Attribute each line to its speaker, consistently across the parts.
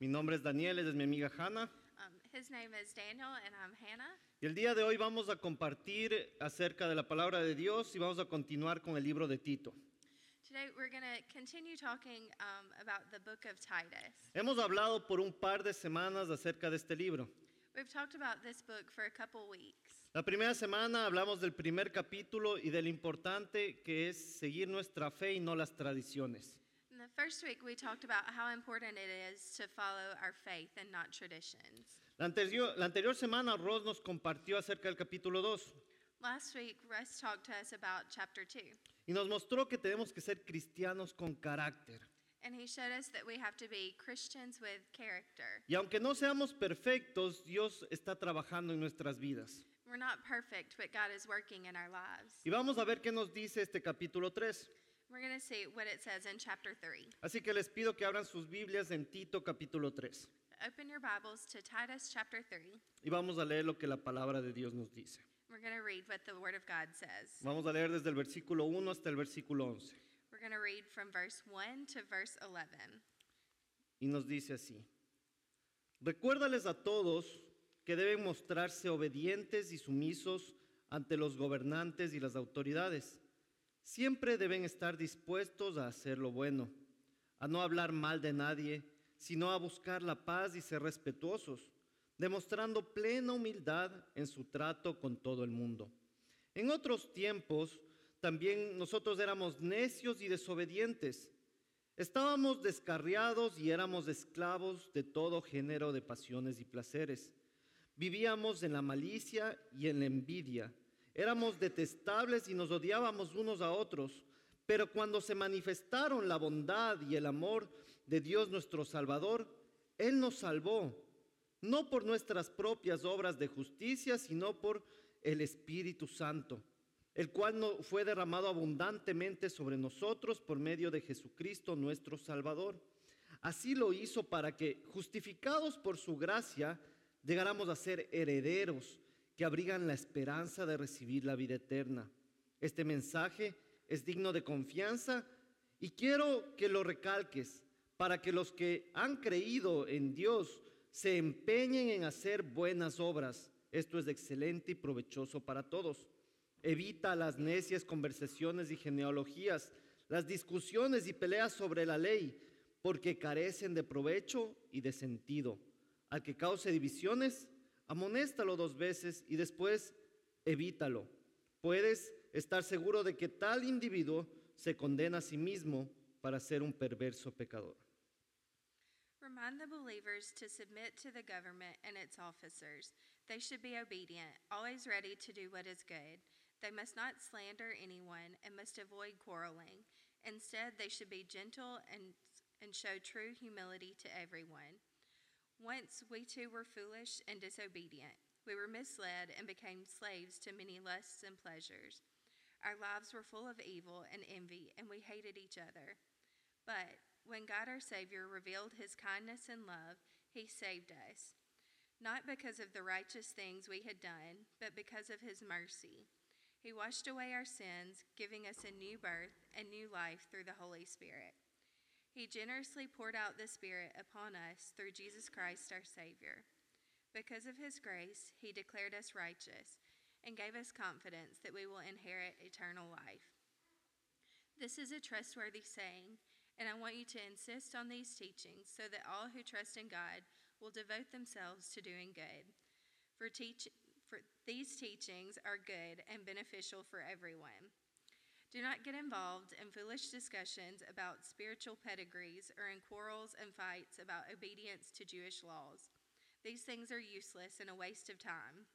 Speaker 1: Mi nombre es Daniel, es mi amiga Hanna.
Speaker 2: Um, his name is Daniel, and I'm Hannah.
Speaker 1: Y el día de hoy vamos a compartir acerca de la palabra de Dios y vamos a continuar con el libro de Tito.
Speaker 2: Today we're going to continue talking um, about the book of Titus.
Speaker 1: Hemos hablado por un par de semanas acerca de este libro.
Speaker 2: We've talked about this book for a couple weeks.
Speaker 1: La primera semana hablamos del primer capítulo y del importante que es seguir nuestra fe y no las tradiciones.
Speaker 2: In the first week, we talked about how important it is to follow our faith and not traditions.
Speaker 1: La anterior, la anterior semana Ross nos compartió acerca del capítulo 2
Speaker 2: Last week, Russ talked to us about chapter 2,
Speaker 1: y nos mostró que tenemos que ser cristianos con carácter.
Speaker 2: and he showed us that we have to be Christians with character.
Speaker 1: Y aunque no seamos perfectos, Dios está trabajando en nuestras vidas.
Speaker 2: We're not perfect, but God is working in our lives.
Speaker 1: Y vamos a ver qué nos dice este capítulo 3.
Speaker 2: We're going to see what it says in chapter 3.
Speaker 1: Así que les pido que abran sus Biblias en Tito capítulo 3
Speaker 2: Open your Bibles to Titus chapter 3.
Speaker 1: y vamos a leer lo que la palabra de Dios nos dice.
Speaker 2: We're going to read what the Word of God says.
Speaker 1: Vamos a leer desde el versículo 1 hasta el versículo 11.
Speaker 2: We're going to read from verse 1 to verse 11.
Speaker 1: Y nos dice así, recuérdales a todos que deben mostrarse obedientes y sumisos ante los gobernantes y las autoridades. Siempre deben estar dispuestos a hacer lo bueno, a no hablar mal de nadie, sino a buscar la paz y ser respetuosos, demostrando plena humildad en su trato con todo el mundo. En otros tiempos también nosotros éramos necios y desobedientes. Estábamos descarriados y éramos esclavos de todo género de pasiones y placeres. Vivíamos en la malicia y en la envidia. Éramos detestables y nos odiábamos unos a otros. Pero cuando se manifestaron la bondad y el amor de Dios nuestro Salvador, Él nos salvó, no por nuestras propias obras de justicia, sino por el Espíritu Santo, el cual no- fue derramado abundantemente sobre nosotros por medio de Jesucristo nuestro Salvador. Así lo hizo para que, justificados por su gracia, llegáramos a ser herederos que abrigan la esperanza de recibir la vida eterna. Este mensaje es digno de confianza y quiero que lo recalques para que los que han creído en Dios se empeñen en hacer buenas obras. Esto es excelente y provechoso para todos. Evita las necias conversaciones y genealogías, las discusiones y peleas sobre la ley, porque carecen de provecho y de sentido. Al que cause divisiones, amonéstalo dos veces y después evítalo. Puedes estar seguro de que tal individuo se condena a sí mismo para ser un perverso pecador.
Speaker 2: Remind the believers to submit to the government and its officers. They should be obedient, always ready to do what is good. They must not slander anyone and must avoid quarreling. Instead, they should be gentle and, and show true humility to everyone. Once we too were foolish and disobedient. We were misled and became slaves to many lusts and pleasures. Our lives were full of evil and envy, and we hated each other. But when God our Savior revealed his kindness and love, he saved us, not because of the righteous things we had done, but because of his mercy. He washed away our sins, giving us a new birth and new life through the Holy Spirit. He generously poured out the Spirit upon us through Jesus Christ our Savior. Because of his grace, he declared us righteous and gave us confidence that we will inherit eternal life. This is a trustworthy saying. And I want you to insist on these teachings so that all who trust in God will devote themselves to doing good. For, teach, for these teachings are good and beneficial for everyone. Do not get involved in foolish discussions about spiritual pedigrees or in quarrels and fights about obedience to Jewish laws. These things are useless and a waste of time.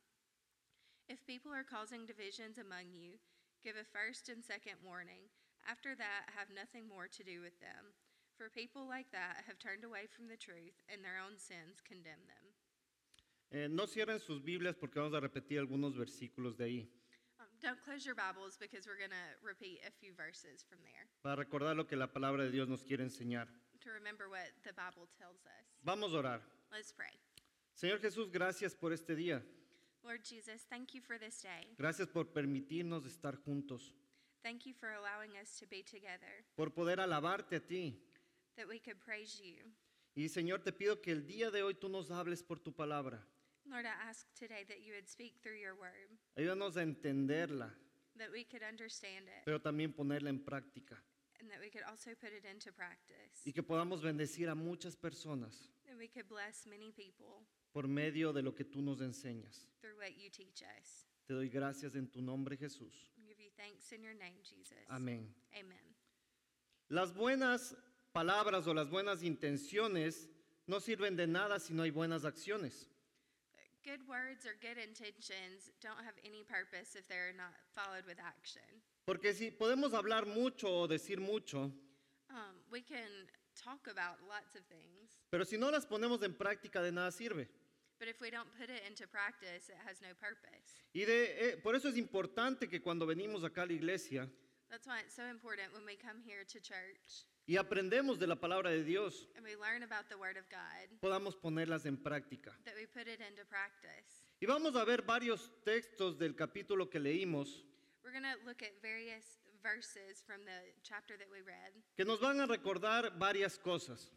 Speaker 2: If people are causing divisions among you, give a first and second warning. After that, have nothing more to do with them. For people like that have turned away from the truth, and their own sins condemn them.
Speaker 1: Eh, no cierren sus Biblias porque vamos a repetir algunos versículos de ahí
Speaker 2: Um, don't close your Bibles because we're going to repeat a few verses from there
Speaker 1: para recordar lo que la palabra de Dios nos quiere enseñar.
Speaker 2: to remember what the Bible tells us.
Speaker 1: Vamos a orar.
Speaker 2: Let's pray.
Speaker 1: Señor Jesús, gracias por este día.
Speaker 2: Lord Jesus, thank you for this day.
Speaker 1: Gracias por permitirnos estar juntos,
Speaker 2: Thank you for allowing us to be together,
Speaker 1: por poder alabarte a ti
Speaker 2: that we could praise you,
Speaker 1: Y Señor, te pido que el día de hoy tú nos hables por tu palabra.
Speaker 2: Lord, I ask today that you would speak through your word,
Speaker 1: Ayúdanos a entenderla,
Speaker 2: that we could understand it,
Speaker 1: pero también ponerla en práctica.
Speaker 2: and that we could also put it into practice,
Speaker 1: Y que podamos bendecir a muchas personas
Speaker 2: and we could bless many people
Speaker 1: por medio de lo que tú nos enseñas.
Speaker 2: through what you teach us.
Speaker 1: Te doy gracias en tu nombre, Jesús.
Speaker 2: We give you thanks in your name, Jesus.
Speaker 1: Amén.
Speaker 2: Amen.
Speaker 1: Las buenas palabras o las buenas intenciones no sirven de nada si no hay buenas acciones.
Speaker 2: Good words or good intentions don't have any purpose if they're not followed with action.
Speaker 1: Porque si podemos hablar mucho o decir mucho,
Speaker 2: Um, we can talk about lots of things,
Speaker 1: pero si no las ponemos en práctica de nada sirve.
Speaker 2: but if we don't put it into practice, it has no purpose.
Speaker 1: Y de, eh, por eso es importante que cuando venimos acá a la iglesia
Speaker 2: That's why it's so important when we come here to church
Speaker 1: y aprendemos de la palabra de Dios,
Speaker 2: and we learn about the Word of God
Speaker 1: podamos ponerlas en práctica.
Speaker 2: that we put it into practice.
Speaker 1: Y vamos a ver varios textos del capítulo que leímos
Speaker 2: We're going to look at various verses from the chapter that we read
Speaker 1: que nos van a recordar varias cosas.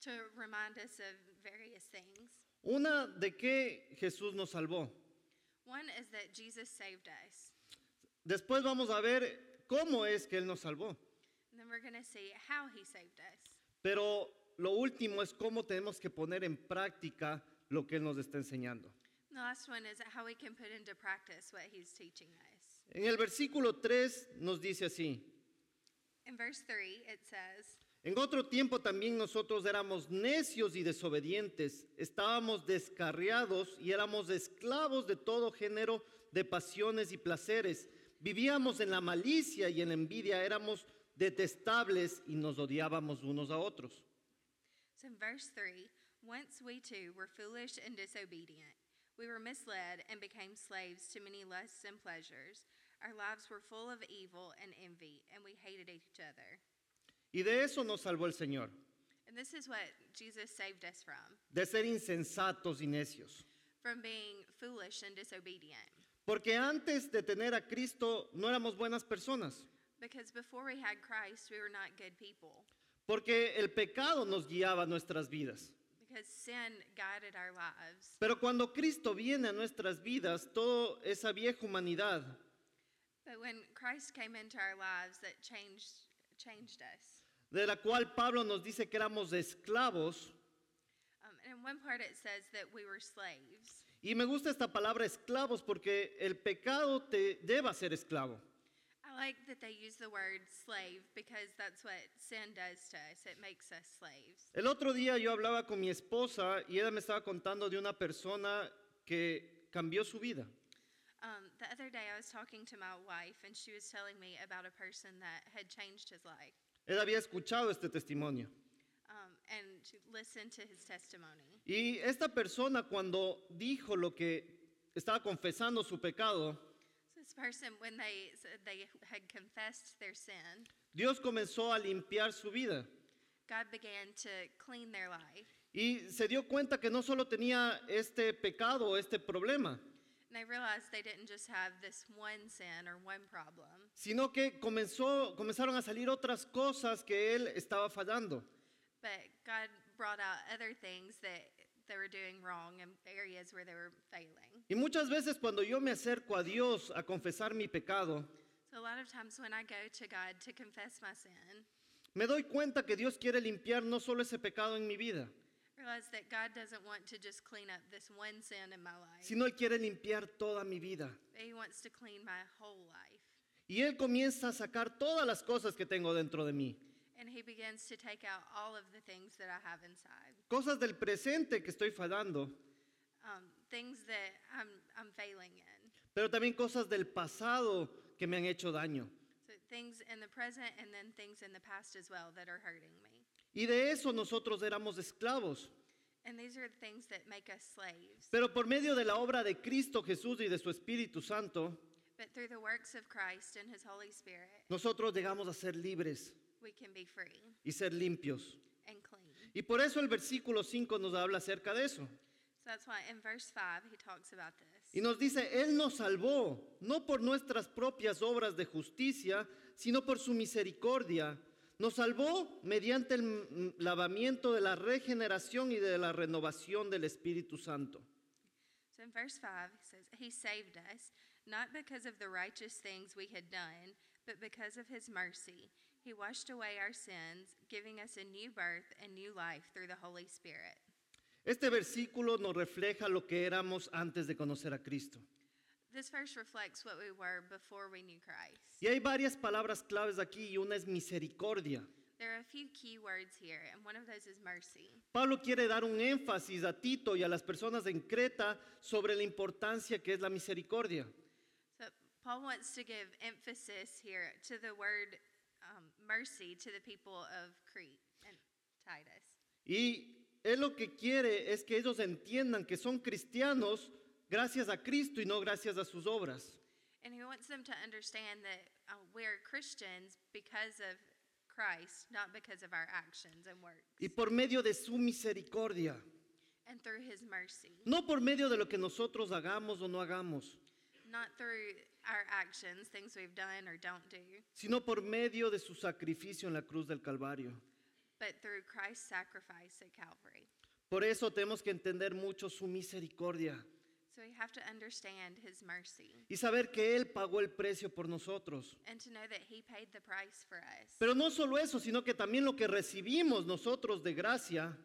Speaker 2: to remind us of various things.
Speaker 1: Una de que Jesús nos salvó.
Speaker 2: One is that Jesus saved us.
Speaker 1: Después vamos a ver cómo es que Él nos salvó.
Speaker 2: And then we're going to see how he saved us.
Speaker 1: Pero lo último es cómo tenemos que poner en práctica lo que Él nos está enseñando.
Speaker 2: And The last one is how we can put into practice what he's teaching us.
Speaker 1: En el versículo 3 nos dice así,
Speaker 2: In verse 3, it says,
Speaker 1: en otro tiempo también nosotros éramos necios y desobedientes, estábamos descarriados y éramos esclavos de todo género de pasiones y placeres, vivíamos en la malicia y en la envidia, éramos detestables y nos odiábamos unos a otros.
Speaker 2: So in verse 3, once we too were foolish and disobedient, we were misled and became slaves to many lusts and pleasures. Our lives were full of evil and envy, and we hated each other.
Speaker 1: Y de eso nos salvó el Señor,
Speaker 2: And this is what Jesus saved us from
Speaker 1: de ser insensatos y necios.
Speaker 2: from being foolish and disobedient.
Speaker 1: Porque antes de tener a Cristo no éramos buenas personas,
Speaker 2: Because before we had Christ, we were not good people,
Speaker 1: porque el pecado nos guiaba nuestras vidas.
Speaker 2: because sin guided our lives.
Speaker 1: Pero cuando Cristo viene a nuestras vidas, toda esa vieja humanidad
Speaker 2: But when Christ came into our lives, that changed changed us.
Speaker 1: de la cual Pablo nos dice que éramos esclavos,
Speaker 2: Um, and in one part, it says that we were slaves.
Speaker 1: y me gusta esta palabra esclavos porque el pecado te lleva a ser esclavo.
Speaker 2: I like that they use the word slave because that's what sin does to us. It makes us slaves.
Speaker 1: El otro día yo hablaba con mi esposa y ella me estaba contando de una persona que cambió su vida.
Speaker 2: Um, the other day, I was talking to my wife, and she was telling me about a person that had changed his life.
Speaker 1: Él había escuchado este testimonio.
Speaker 2: Um, and she listened to his testimony.
Speaker 1: Y esta persona cuando dijo lo que estaba confesando su pecado,
Speaker 2: So this person, when they said they had confessed their sin,
Speaker 1: Dios comenzó a limpiar su vida
Speaker 2: God began to clean their life.
Speaker 1: y se dio cuenta que no solo tenía este pecado, este problema,
Speaker 2: And they realized they didn't just have this one sin or one problem,
Speaker 1: sino que comenzó, comenzaron a salir otras cosas que él estaba fallando.
Speaker 2: but God brought out other things that they were doing wrong and areas where they were failing.
Speaker 1: Y muchas veces cuando yo me acerco a Dios a confesar mi pecado,
Speaker 2: So a lot of times when I go to God to confess my sin,
Speaker 1: me doy cuenta que Dios quiere limpiar no solo ese pecado en mi vida,
Speaker 2: I realize that God doesn't want to just clean up this one sin in my life.
Speaker 1: sino Él quiere limpiar toda mi vida.
Speaker 2: but he wants to clean my whole life.
Speaker 1: Y Él comienza a sacar todas las cosas que tengo dentro de mí.
Speaker 2: And he begins to take out all of the things that I have inside.
Speaker 1: Cosas del presente que estoy fallando,
Speaker 2: Um, things that I'm I'm failing in.
Speaker 1: pero también cosas del pasado que me han hecho daño.
Speaker 2: So things in the present and then things in the past as well that are hurting me.
Speaker 1: Y de eso nosotros éramos esclavos.
Speaker 2: And these are the things that make us slaves.
Speaker 1: Pero por medio de la obra de Cristo Jesús y de su Espíritu Santo,
Speaker 2: But through the works of Christ and his Holy Spirit,
Speaker 1: nosotros llegamos a ser libres
Speaker 2: we can be free
Speaker 1: y ser limpios.
Speaker 2: and clean.
Speaker 1: Y por eso el versículo 5 nos habla acerca de eso.
Speaker 2: So that's why in verse 5 he talks about this.
Speaker 1: Y nos dice, Él nos salvó, no por nuestras propias obras de justicia, sino por su misericordia, Nos salvó mediante el mm, lavamiento de la regeneración y de la renovación del Espíritu Santo.
Speaker 2: So in verse 5, he says, He saved us, not because of the righteous things we had done, but because of His mercy. He washed away our sins, giving us a new birth and new life through the Holy Spirit.
Speaker 1: Este versículo nos refleja lo que éramos antes de conocer a Cristo.
Speaker 2: This verse reflects what we were before we knew Christ.
Speaker 1: Y hay varias palabras claves aquí y una es misericordia.
Speaker 2: There are a few key words here, and one of those is mercy.
Speaker 1: Pablo quiere dar un énfasis a Tito y a las personas en Creta sobre la importancia que es la misericordia.
Speaker 2: So Paul wants to give emphasis here to the word um, mercy to the people of Crete and Titus.
Speaker 1: Y él lo que quiere es que ellos entiendan que son cristianos gracias a Cristo y no gracias a sus obras.
Speaker 2: And he wants them to understand that uh, we're Christians because of Christ, not because of our actions and works,
Speaker 1: Y por medio de su misericordia,
Speaker 2: and through his mercy,
Speaker 1: no por medio de lo que nosotros hagamos o no hagamos,
Speaker 2: not through our actions, things we've done or don't do,
Speaker 1: sino por medio de su sacrificio en la cruz del Calvario.
Speaker 2: but through Christ's sacrifice at Calvary.
Speaker 1: Por eso tenemos que entender mucho su misericordia
Speaker 2: So we have to understand his mercy
Speaker 1: y saber que Él pagó el precio por nosotros.
Speaker 2: and to know that he paid the price for us.
Speaker 1: Pero no solo eso, sino que también lo que recibimos nosotros de gracia,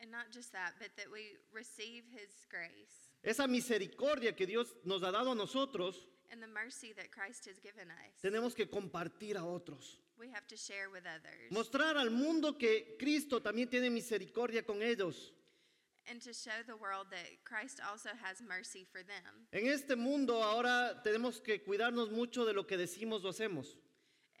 Speaker 2: And not just that, but that we receive his grace
Speaker 1: esa misericordia que Dios nos ha dado a nosotros,
Speaker 2: and the mercy that Christ has given us.
Speaker 1: tenemos que compartir a otros.
Speaker 2: We have to share with others
Speaker 1: Mostrar al mundo que Cristo también tiene misericordia con ellos.
Speaker 2: and to show the world that Christ also has mercy for them.
Speaker 1: En este mundo ahora tenemos que cuidarnos mucho de lo que decimos o hacemos.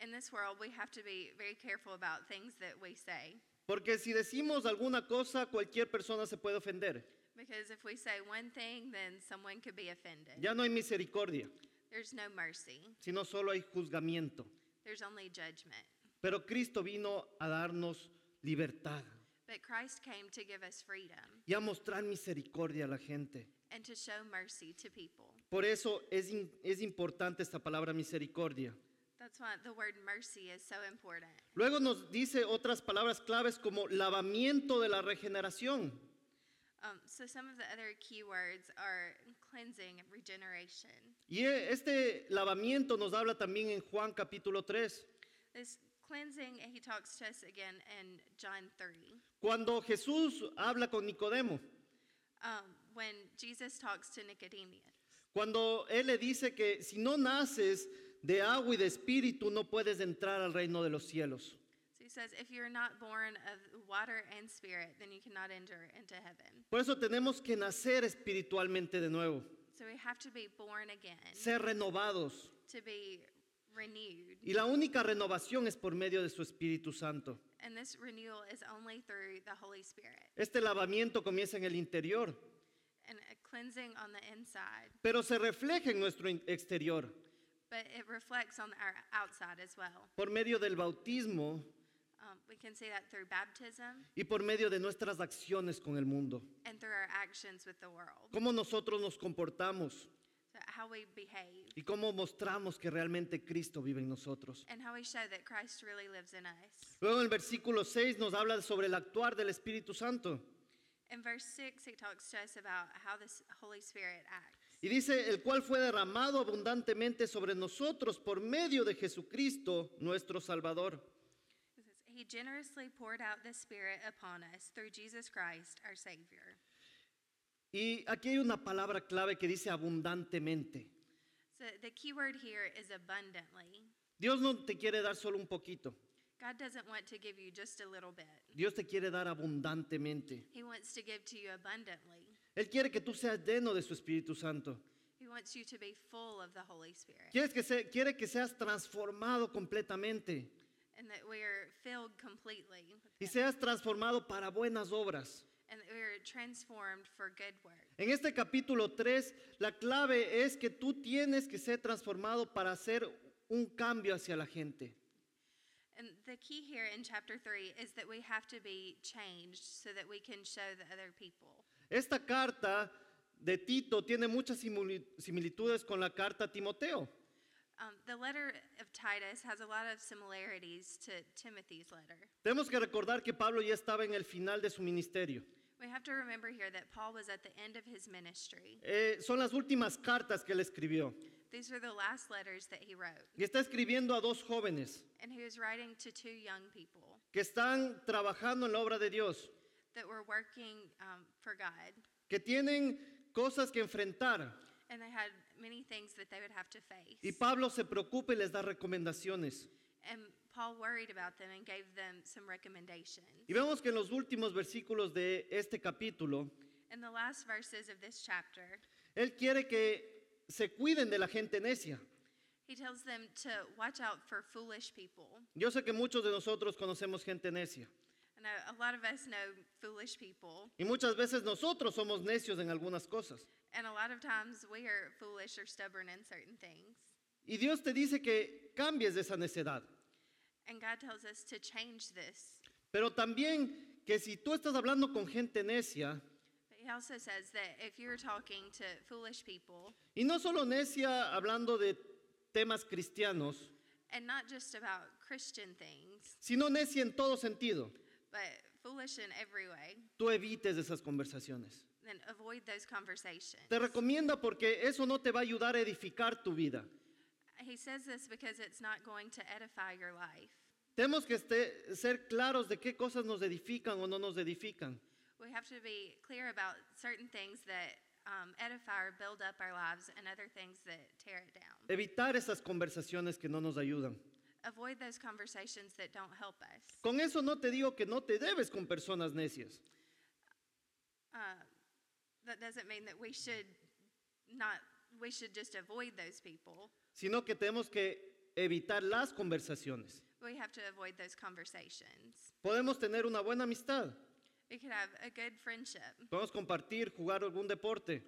Speaker 2: In this world, we have to be very careful about things that we say
Speaker 1: Porque si decimos alguna cosa, cualquier persona se puede ofender.
Speaker 2: because if we say one thing, then someone could be offended.
Speaker 1: Ya no hay misericordia,
Speaker 2: There's no mercy,
Speaker 1: sino solo hay juzgamiento.
Speaker 2: there's only judgment.
Speaker 1: Pero Cristo vino a darnos libertad
Speaker 2: But Christ came to give us freedom
Speaker 1: y a mostrar misericordia a la gente.
Speaker 2: and to show mercy to people.
Speaker 1: Por eso es, in- es importante esta palabra misericordia.
Speaker 2: That's why the word mercy is so important.
Speaker 1: Luego nos dice otras palabras claves como lavamiento de la regeneración.
Speaker 2: Um, so some of the other key words are cleansing, regeneration.
Speaker 1: Y e- este lavamiento nos habla también en Juan capítulo 3.
Speaker 2: This cleansing, he talks to us again in John 3.
Speaker 1: Cuando Jesús habla con Nicodemo,
Speaker 2: Um, when Jesus talks to Nicodemus,
Speaker 1: cuando él le dice que si no naces de agua y de espíritu no puedes entrar al reino de los cielos.
Speaker 2: so he says, If you're not born of water and spirit, then you cannot enter into heaven.
Speaker 1: Por eso tenemos que nacer espiritualmente de nuevo,
Speaker 2: So we have to be born again,
Speaker 1: ser renovados.
Speaker 2: to be renewed.
Speaker 1: Y la única renovación es por medio de su Espíritu Santo.
Speaker 2: And this renewal is only through the Holy Spirit
Speaker 1: Este lavamiento comienza en el interior,
Speaker 2: and a cleansing on the inside,
Speaker 1: pero se refleja en nuestro in- exterior
Speaker 2: but it reflects on our outside as well.
Speaker 1: por medio del bautismo
Speaker 2: Um, we can see that through baptism
Speaker 1: y por medio de nuestras acciones con el mundo.
Speaker 2: and through our actions with the world.
Speaker 1: Cómo nosotros nos comportamos
Speaker 2: So how we behave
Speaker 1: y cómo mostramos que realmente Cristo vive en nosotros.
Speaker 2: and how we show that Christ really lives in us.
Speaker 1: Luego en el versículo 6 nos habla sobre el actuar del Espíritu Santo.
Speaker 2: In verse 6, he talks to us about how the S- Holy Spirit acts.
Speaker 1: Y dice, el cual fue derramado abundantemente sobre nosotros por medio de Jesucristo, nuestro Salvador.
Speaker 2: He says, He generously poured out the Spirit upon us through Jesus Christ, our Savior.
Speaker 1: Y aquí hay una palabra clave que dice abundantemente.
Speaker 2: So the key word here is abundantly.
Speaker 1: Dios no te quiere dar solo un poquito,
Speaker 2: God doesn't want to give you just a little bit.
Speaker 1: Dios te quiere dar abundantemente.
Speaker 2: He wants to give to you abundantly.
Speaker 1: Él quiere que tú seas lleno de su Espíritu Santo.
Speaker 2: He wants you to be full of the Holy Spirit
Speaker 1: Quieres que se- quiere que seas transformado completamente
Speaker 2: and that we are filled completely with
Speaker 1: y
Speaker 2: Him.
Speaker 1: seas transformado para buenas obras.
Speaker 2: and that we are transformed for good work.
Speaker 1: En este capítulo 3, la clave es que tú tienes que ser transformado para hacer un cambio hacia la gente.
Speaker 2: And the key here in chapter 3 is that we have to be changed so that we can show the other people.
Speaker 1: Esta carta de Tito tiene muchas simili- similitudes con la carta a Timoteo.
Speaker 2: Um, the letter of Titus has a lot of similarities to Timothy's letter.
Speaker 1: Tenemos que recordar que Pablo ya estaba en el final de su ministerio.
Speaker 2: We have to remember here that Paul was at the end of his ministry.
Speaker 1: Eh, son las últimas cartas que él escribió.
Speaker 2: These were the last letters that he wrote,
Speaker 1: Y está escribiendo a dos jóvenes
Speaker 2: and he was writing to two young people
Speaker 1: que están trabajando en la obra de Dios,
Speaker 2: that were working um, for God,
Speaker 1: que tienen cosas que enfrentar.
Speaker 2: and they had many things that they would have to
Speaker 1: Y
Speaker 2: face.
Speaker 1: Pablo se preocupa y les da recomendaciones.
Speaker 2: And Paul worried about them and gave them some recommendations.
Speaker 1: Y vemos que en los últimos versículos de este capítulo,
Speaker 2: In the last verses of this chapter,
Speaker 1: él quiere que se cuiden de la gente necia.
Speaker 2: he tells them to watch out for foolish people.
Speaker 1: Yo sé que muchos de nosotros conocemos gente necia.
Speaker 2: I know uh, a lot of us know foolish people,
Speaker 1: Y muchas veces nosotros somos necios en algunas cosas.
Speaker 2: and a lot of times we are foolish or stubborn in certain things.
Speaker 1: Y Dios te dice que cambies de esa necedad.
Speaker 2: And God tells us to change this.
Speaker 1: Pero también que si tú estás hablando con gente necia,
Speaker 2: But he also says that if you're talking to foolish people,
Speaker 1: y no solo necia hablando de temas cristianos,
Speaker 2: and not just about Christian things,
Speaker 1: sino necia en todo sentido,
Speaker 2: but foolish in every way,
Speaker 1: tú evites esas conversaciones.
Speaker 2: then avoid those conversations.
Speaker 1: Te recomienda porque eso no te va a ayudar a edificar tu vida.
Speaker 2: He says this because it's not going to edify your life.
Speaker 1: Tenemos que este- ser claros de qué cosas nos edifican o no nos edifican.
Speaker 2: We have to be clear about certain things that um, edify or build up our lives and other things that tear it down.
Speaker 1: Evitar esas conversaciones que no nos ayudan.
Speaker 2: Avoid those conversations that don't help us.
Speaker 1: Con eso no te digo que no te debes con personas necias.
Speaker 2: Uh, that doesn't mean that we should not, we should just avoid those people.
Speaker 1: sino que tenemos que evitar las conversaciones.
Speaker 2: We have to avoid those conversations.
Speaker 1: Podemos tener una buena amistad,
Speaker 2: We could have a good friendship.
Speaker 1: podemos compartir, jugar algún deporte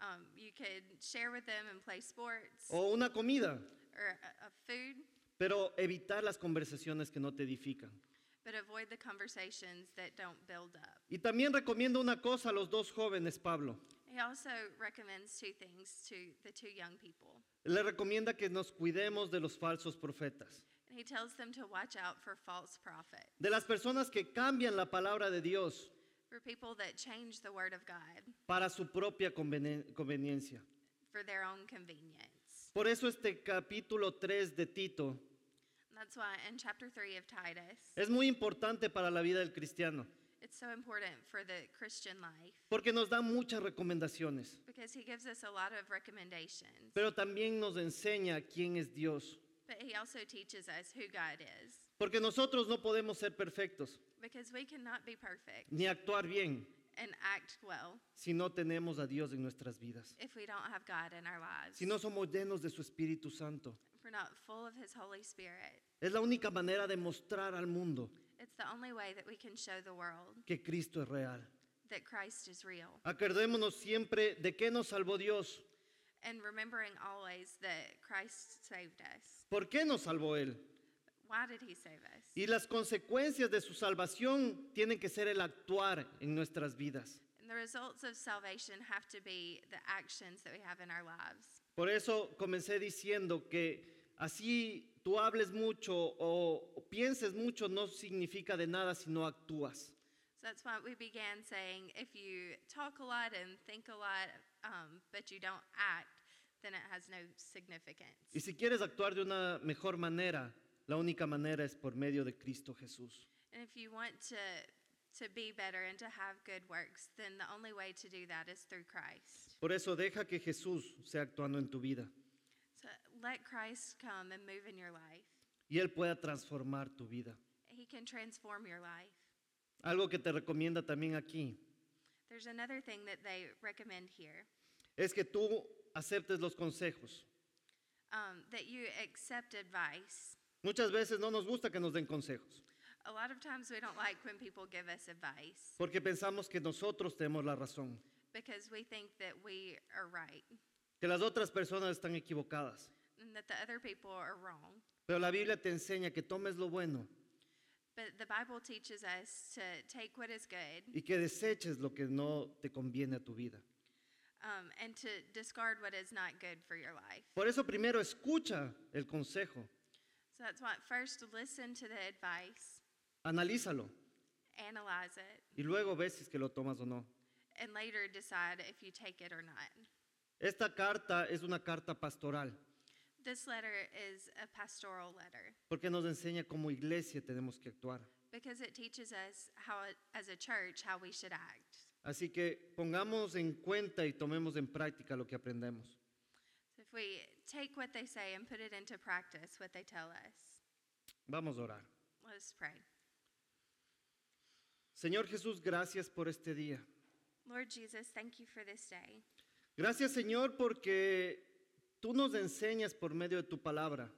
Speaker 2: Um, you could share with them and play sports
Speaker 1: o una comida,
Speaker 2: or a, a food,
Speaker 1: pero evitar las conversaciones que no te edifican.
Speaker 2: but avoid the conversations that don't build up.
Speaker 1: Y también recomiendo una cosa a los dos jóvenes, Pablo.
Speaker 2: He also recommends two things to the two young people.
Speaker 1: Le recomienda que nos cuidemos de los falsos profetas,
Speaker 2: And he tells them to watch out for false prophets,
Speaker 1: de las personas que cambian la palabra de Dios
Speaker 2: for people that change the word of God
Speaker 1: para su propia conveni- conveniencia.
Speaker 2: for their own convenience.
Speaker 1: Por eso este capítulo 3 de Tito
Speaker 2: And that's why in chapter 3 of Titus,
Speaker 1: es muy importante para la vida del cristiano.
Speaker 2: it's so important for the Christian life
Speaker 1: porque nos da muchas recomendaciones,
Speaker 2: because he gives us a lot of recommendations,
Speaker 1: pero también nos enseña quién es Dios,
Speaker 2: but he also teaches us who God is
Speaker 1: porque nosotros no podemos ser perfectos
Speaker 2: because we cannot be perfect
Speaker 1: ni actuar bien
Speaker 2: and act well
Speaker 1: si no tenemos a Dios en nuestras vidas,
Speaker 2: if we don't have God in our lives.
Speaker 1: si no somos llenos de su Espíritu Santo.
Speaker 2: if we're not full of his Holy Spirit.
Speaker 1: Es la única manera de mostrar al mundo
Speaker 2: It's the only way that we can show the world
Speaker 1: que Cristo es real.
Speaker 2: that Christ is real.
Speaker 1: Acordémonos siempre de qué nos salvó Dios,
Speaker 2: And remembering always that Christ saved us.
Speaker 1: por qué nos salvó Él.
Speaker 2: Why did he save us?
Speaker 1: Y las consecuencias de su salvación tienen que ser el actuar en nuestras vidas.
Speaker 2: And the results of salvation have to be the actions that we have in our lives.
Speaker 1: Por eso comencé diciendo que así tú hables mucho o pienses mucho no significa de nada si no actúas.
Speaker 2: So that's why we began saying if you talk a lot and think a lot, um, but you don't act, then it has no
Speaker 1: Y
Speaker 2: significance.
Speaker 1: si quieres actuar de una mejor manera, la única manera es por medio de Cristo Jesús.
Speaker 2: And if you want to, to be better and to have good works, then the only way to do that is through Christ.
Speaker 1: Por eso deja que Jesús sea actuando en tu vida
Speaker 2: So let Christ come and move in your life.
Speaker 1: y Él pueda transformar tu vida.
Speaker 2: He can transform your life.
Speaker 1: Algo que te recomienda también aquí
Speaker 2: There's another thing that they recommend here
Speaker 1: es que tú aceptes los consejos.
Speaker 2: um, that you accept advice.
Speaker 1: Muchas veces no nos gusta que nos den consejos
Speaker 2: A lot of times we don't like when people give us advice
Speaker 1: porque pensamos que nosotros tenemos la razón.
Speaker 2: because we think that we are right
Speaker 1: que las otras personas están equivocadas.
Speaker 2: and that the other people are wrong.
Speaker 1: Pero la Biblia te enseña que tomes lo bueno
Speaker 2: But the Bible teaches us to take what is good
Speaker 1: y que deseches lo que no te conviene a tu vida.
Speaker 2: um, and to discard what is not good for your life.
Speaker 1: Por eso primero escucha el consejo,
Speaker 2: So that's why first listen to the advice,
Speaker 1: analízalo
Speaker 2: analyze it,
Speaker 1: y luego ves si es que lo tomas o no.
Speaker 2: and later decide if you take it or not.
Speaker 1: Esta carta es una carta pastoral
Speaker 2: This letter is a pastoral letter
Speaker 1: porque nos enseña cómo iglesia tenemos que actuar.
Speaker 2: because it teaches us how, as a church, how we should act.
Speaker 1: Así que pongamos en cuenta y tomemos en práctica lo que aprendemos.
Speaker 2: So if we take what they say and put it into practice, what they tell us,
Speaker 1: Vamos a orar.
Speaker 2: let us pray.
Speaker 1: Señor Jesús, gracias por este día.
Speaker 2: Lord Jesus, thank you for this day.
Speaker 1: Gracias Señor porque tú nos enseñas por medio de tu palabra,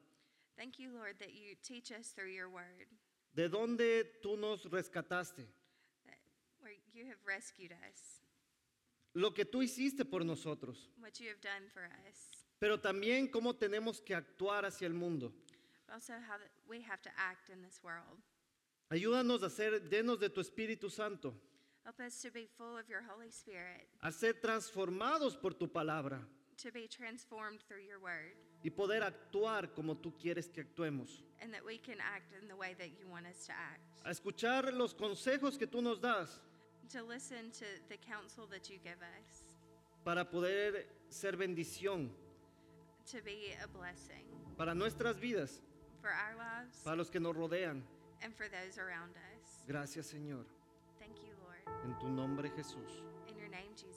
Speaker 2: Thank you, Lord, that you teach us through your word,
Speaker 1: de dónde tú nos rescataste,
Speaker 2: that where you have rescued us,
Speaker 1: lo que tú hiciste por nosotros,
Speaker 2: what you have done for us,
Speaker 1: pero también cómo tenemos que actuar hacia el mundo.
Speaker 2: but also how that we have to act in this world.
Speaker 1: Ayúdanos a ser llenos de tu Espíritu Santo,
Speaker 2: Help us to be full of your Holy Spirit,
Speaker 1: a ser transformados por tu palabra
Speaker 2: to be transformed through your word,
Speaker 1: y poder actuar como tú quieres que actuemos,
Speaker 2: and that we can act in the way that you want us to act,
Speaker 1: a escuchar los consejos que tú nos das
Speaker 2: to listen to the counsel that you give us,
Speaker 1: para poder ser bendición
Speaker 2: to be a blessing
Speaker 1: para nuestras vidas,
Speaker 2: for our lives
Speaker 1: para los que nos rodean.
Speaker 2: and for those around us.
Speaker 1: Gracias Señor,
Speaker 2: Thank you, Lord.
Speaker 1: en tu nombre Jesús.
Speaker 2: In your name, Jesus.